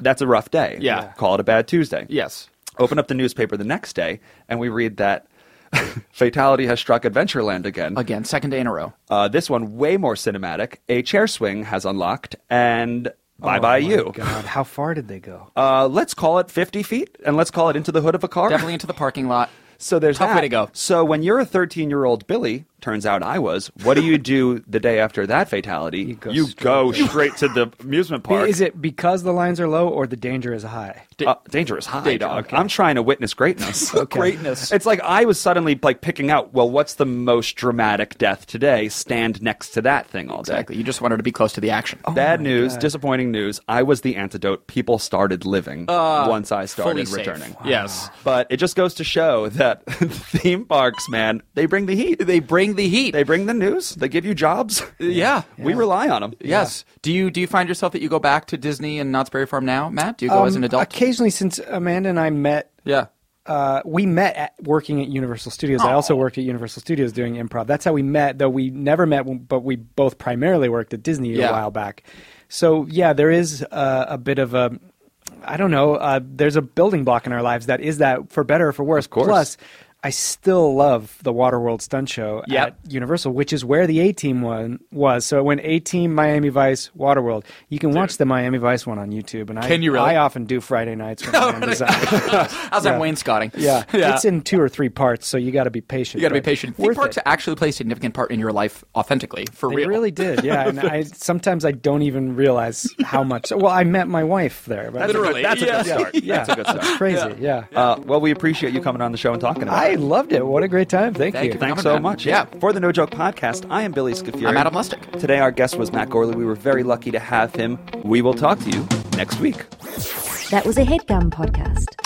That's a rough day.
Yeah.
Call it a bad Tuesday
Yes.
open up the newspaper the next day and we read that [laughs] fatality has struck adventureland again
Again, second day in a row.
uh, this one way more cinematic a chair swing has unlocked and bye
[laughs]
bye you
Oh God, how far did they go?
uh, let's call it 50 feet and let's call it into the hood of a car
Definitely into the parking lot.
so there's
Tough
that.
way to go.
So when you're a 13 year old Billy, turns out I was. What do you do the day after that fatality? You
go straight
go straight to the amusement park.
Is it because the lines are low or the danger is high?
Uh, dangerous high,
Danger-
dog.
okay.
I'm trying to
[laughs]
witness greatness.
Greatness.
It's like I was suddenly like picking out. Well, what's the most dramatic death today? Stand next to that thing all day.
Exactly. Oh You just wanted to be close to the action.
Bad news, disappointing news. I was the antidote. People started living once I
Uh, Fully
started
safe.
returning.
Yes.
But it just goes to show that [laughs] theme parks, man, they bring the heat.
They bring the heat.
They bring the news. They give you jobs.
yeah.
[laughs] We rely on them.
Yes. Do you do you find yourself that you go back to Disney and Knott's Berry Farm now, Matt? Do you go as an
Um,
adult?
Occasionally, since Amanda and I met
Yeah.
uh, we met at working at Universal Studios. I also worked at Universal Studios doing improv. That's how we met, though we never met, when- but we both primarily worked at Disney
Yeah.
a while back. So yeah, there is uh, a bit of a, I don't know, uh, there's a building block in our lives that is that for better or for worse. Of
course.
Plus, I still love the Waterworld stunt show
Yep.
at Universal, which is where the A Team one was. So when A Team, Miami Vice, Waterworld, you can watch the Miami Vice one on YouTube, and I
Can you really?
I often do Friday nights
[laughs]
when I'm designed.
As I'm wainscoting. [laughs]
Yeah. It's in two or three parts, so you got to be patient.
You got to be
but
patient. Theme
Worth
parks
it.
actually play a significant part in your life authentically, for
They
real.
really did, yeah. And I sometimes I don't even realize how much. Well, I met my wife there. But
Literally.
That's a
[laughs] Yeah.
good start.
Yeah.
That's a good
It's
start.
crazy, yeah.
Uh, well, we appreciate you coming on the show and talking about it.
I loved it. What a great time. Thank,
Thank
you.
you.
Thanks
Coming
so
back.
much.
Yeah.
For the No Joke Podcast, I am Billy Scafuri.
I'm Adam Lustig.
Today, our guest was Matt Gorley. We were very lucky to have him. We will talk to you next week.
That was a headgum podcast.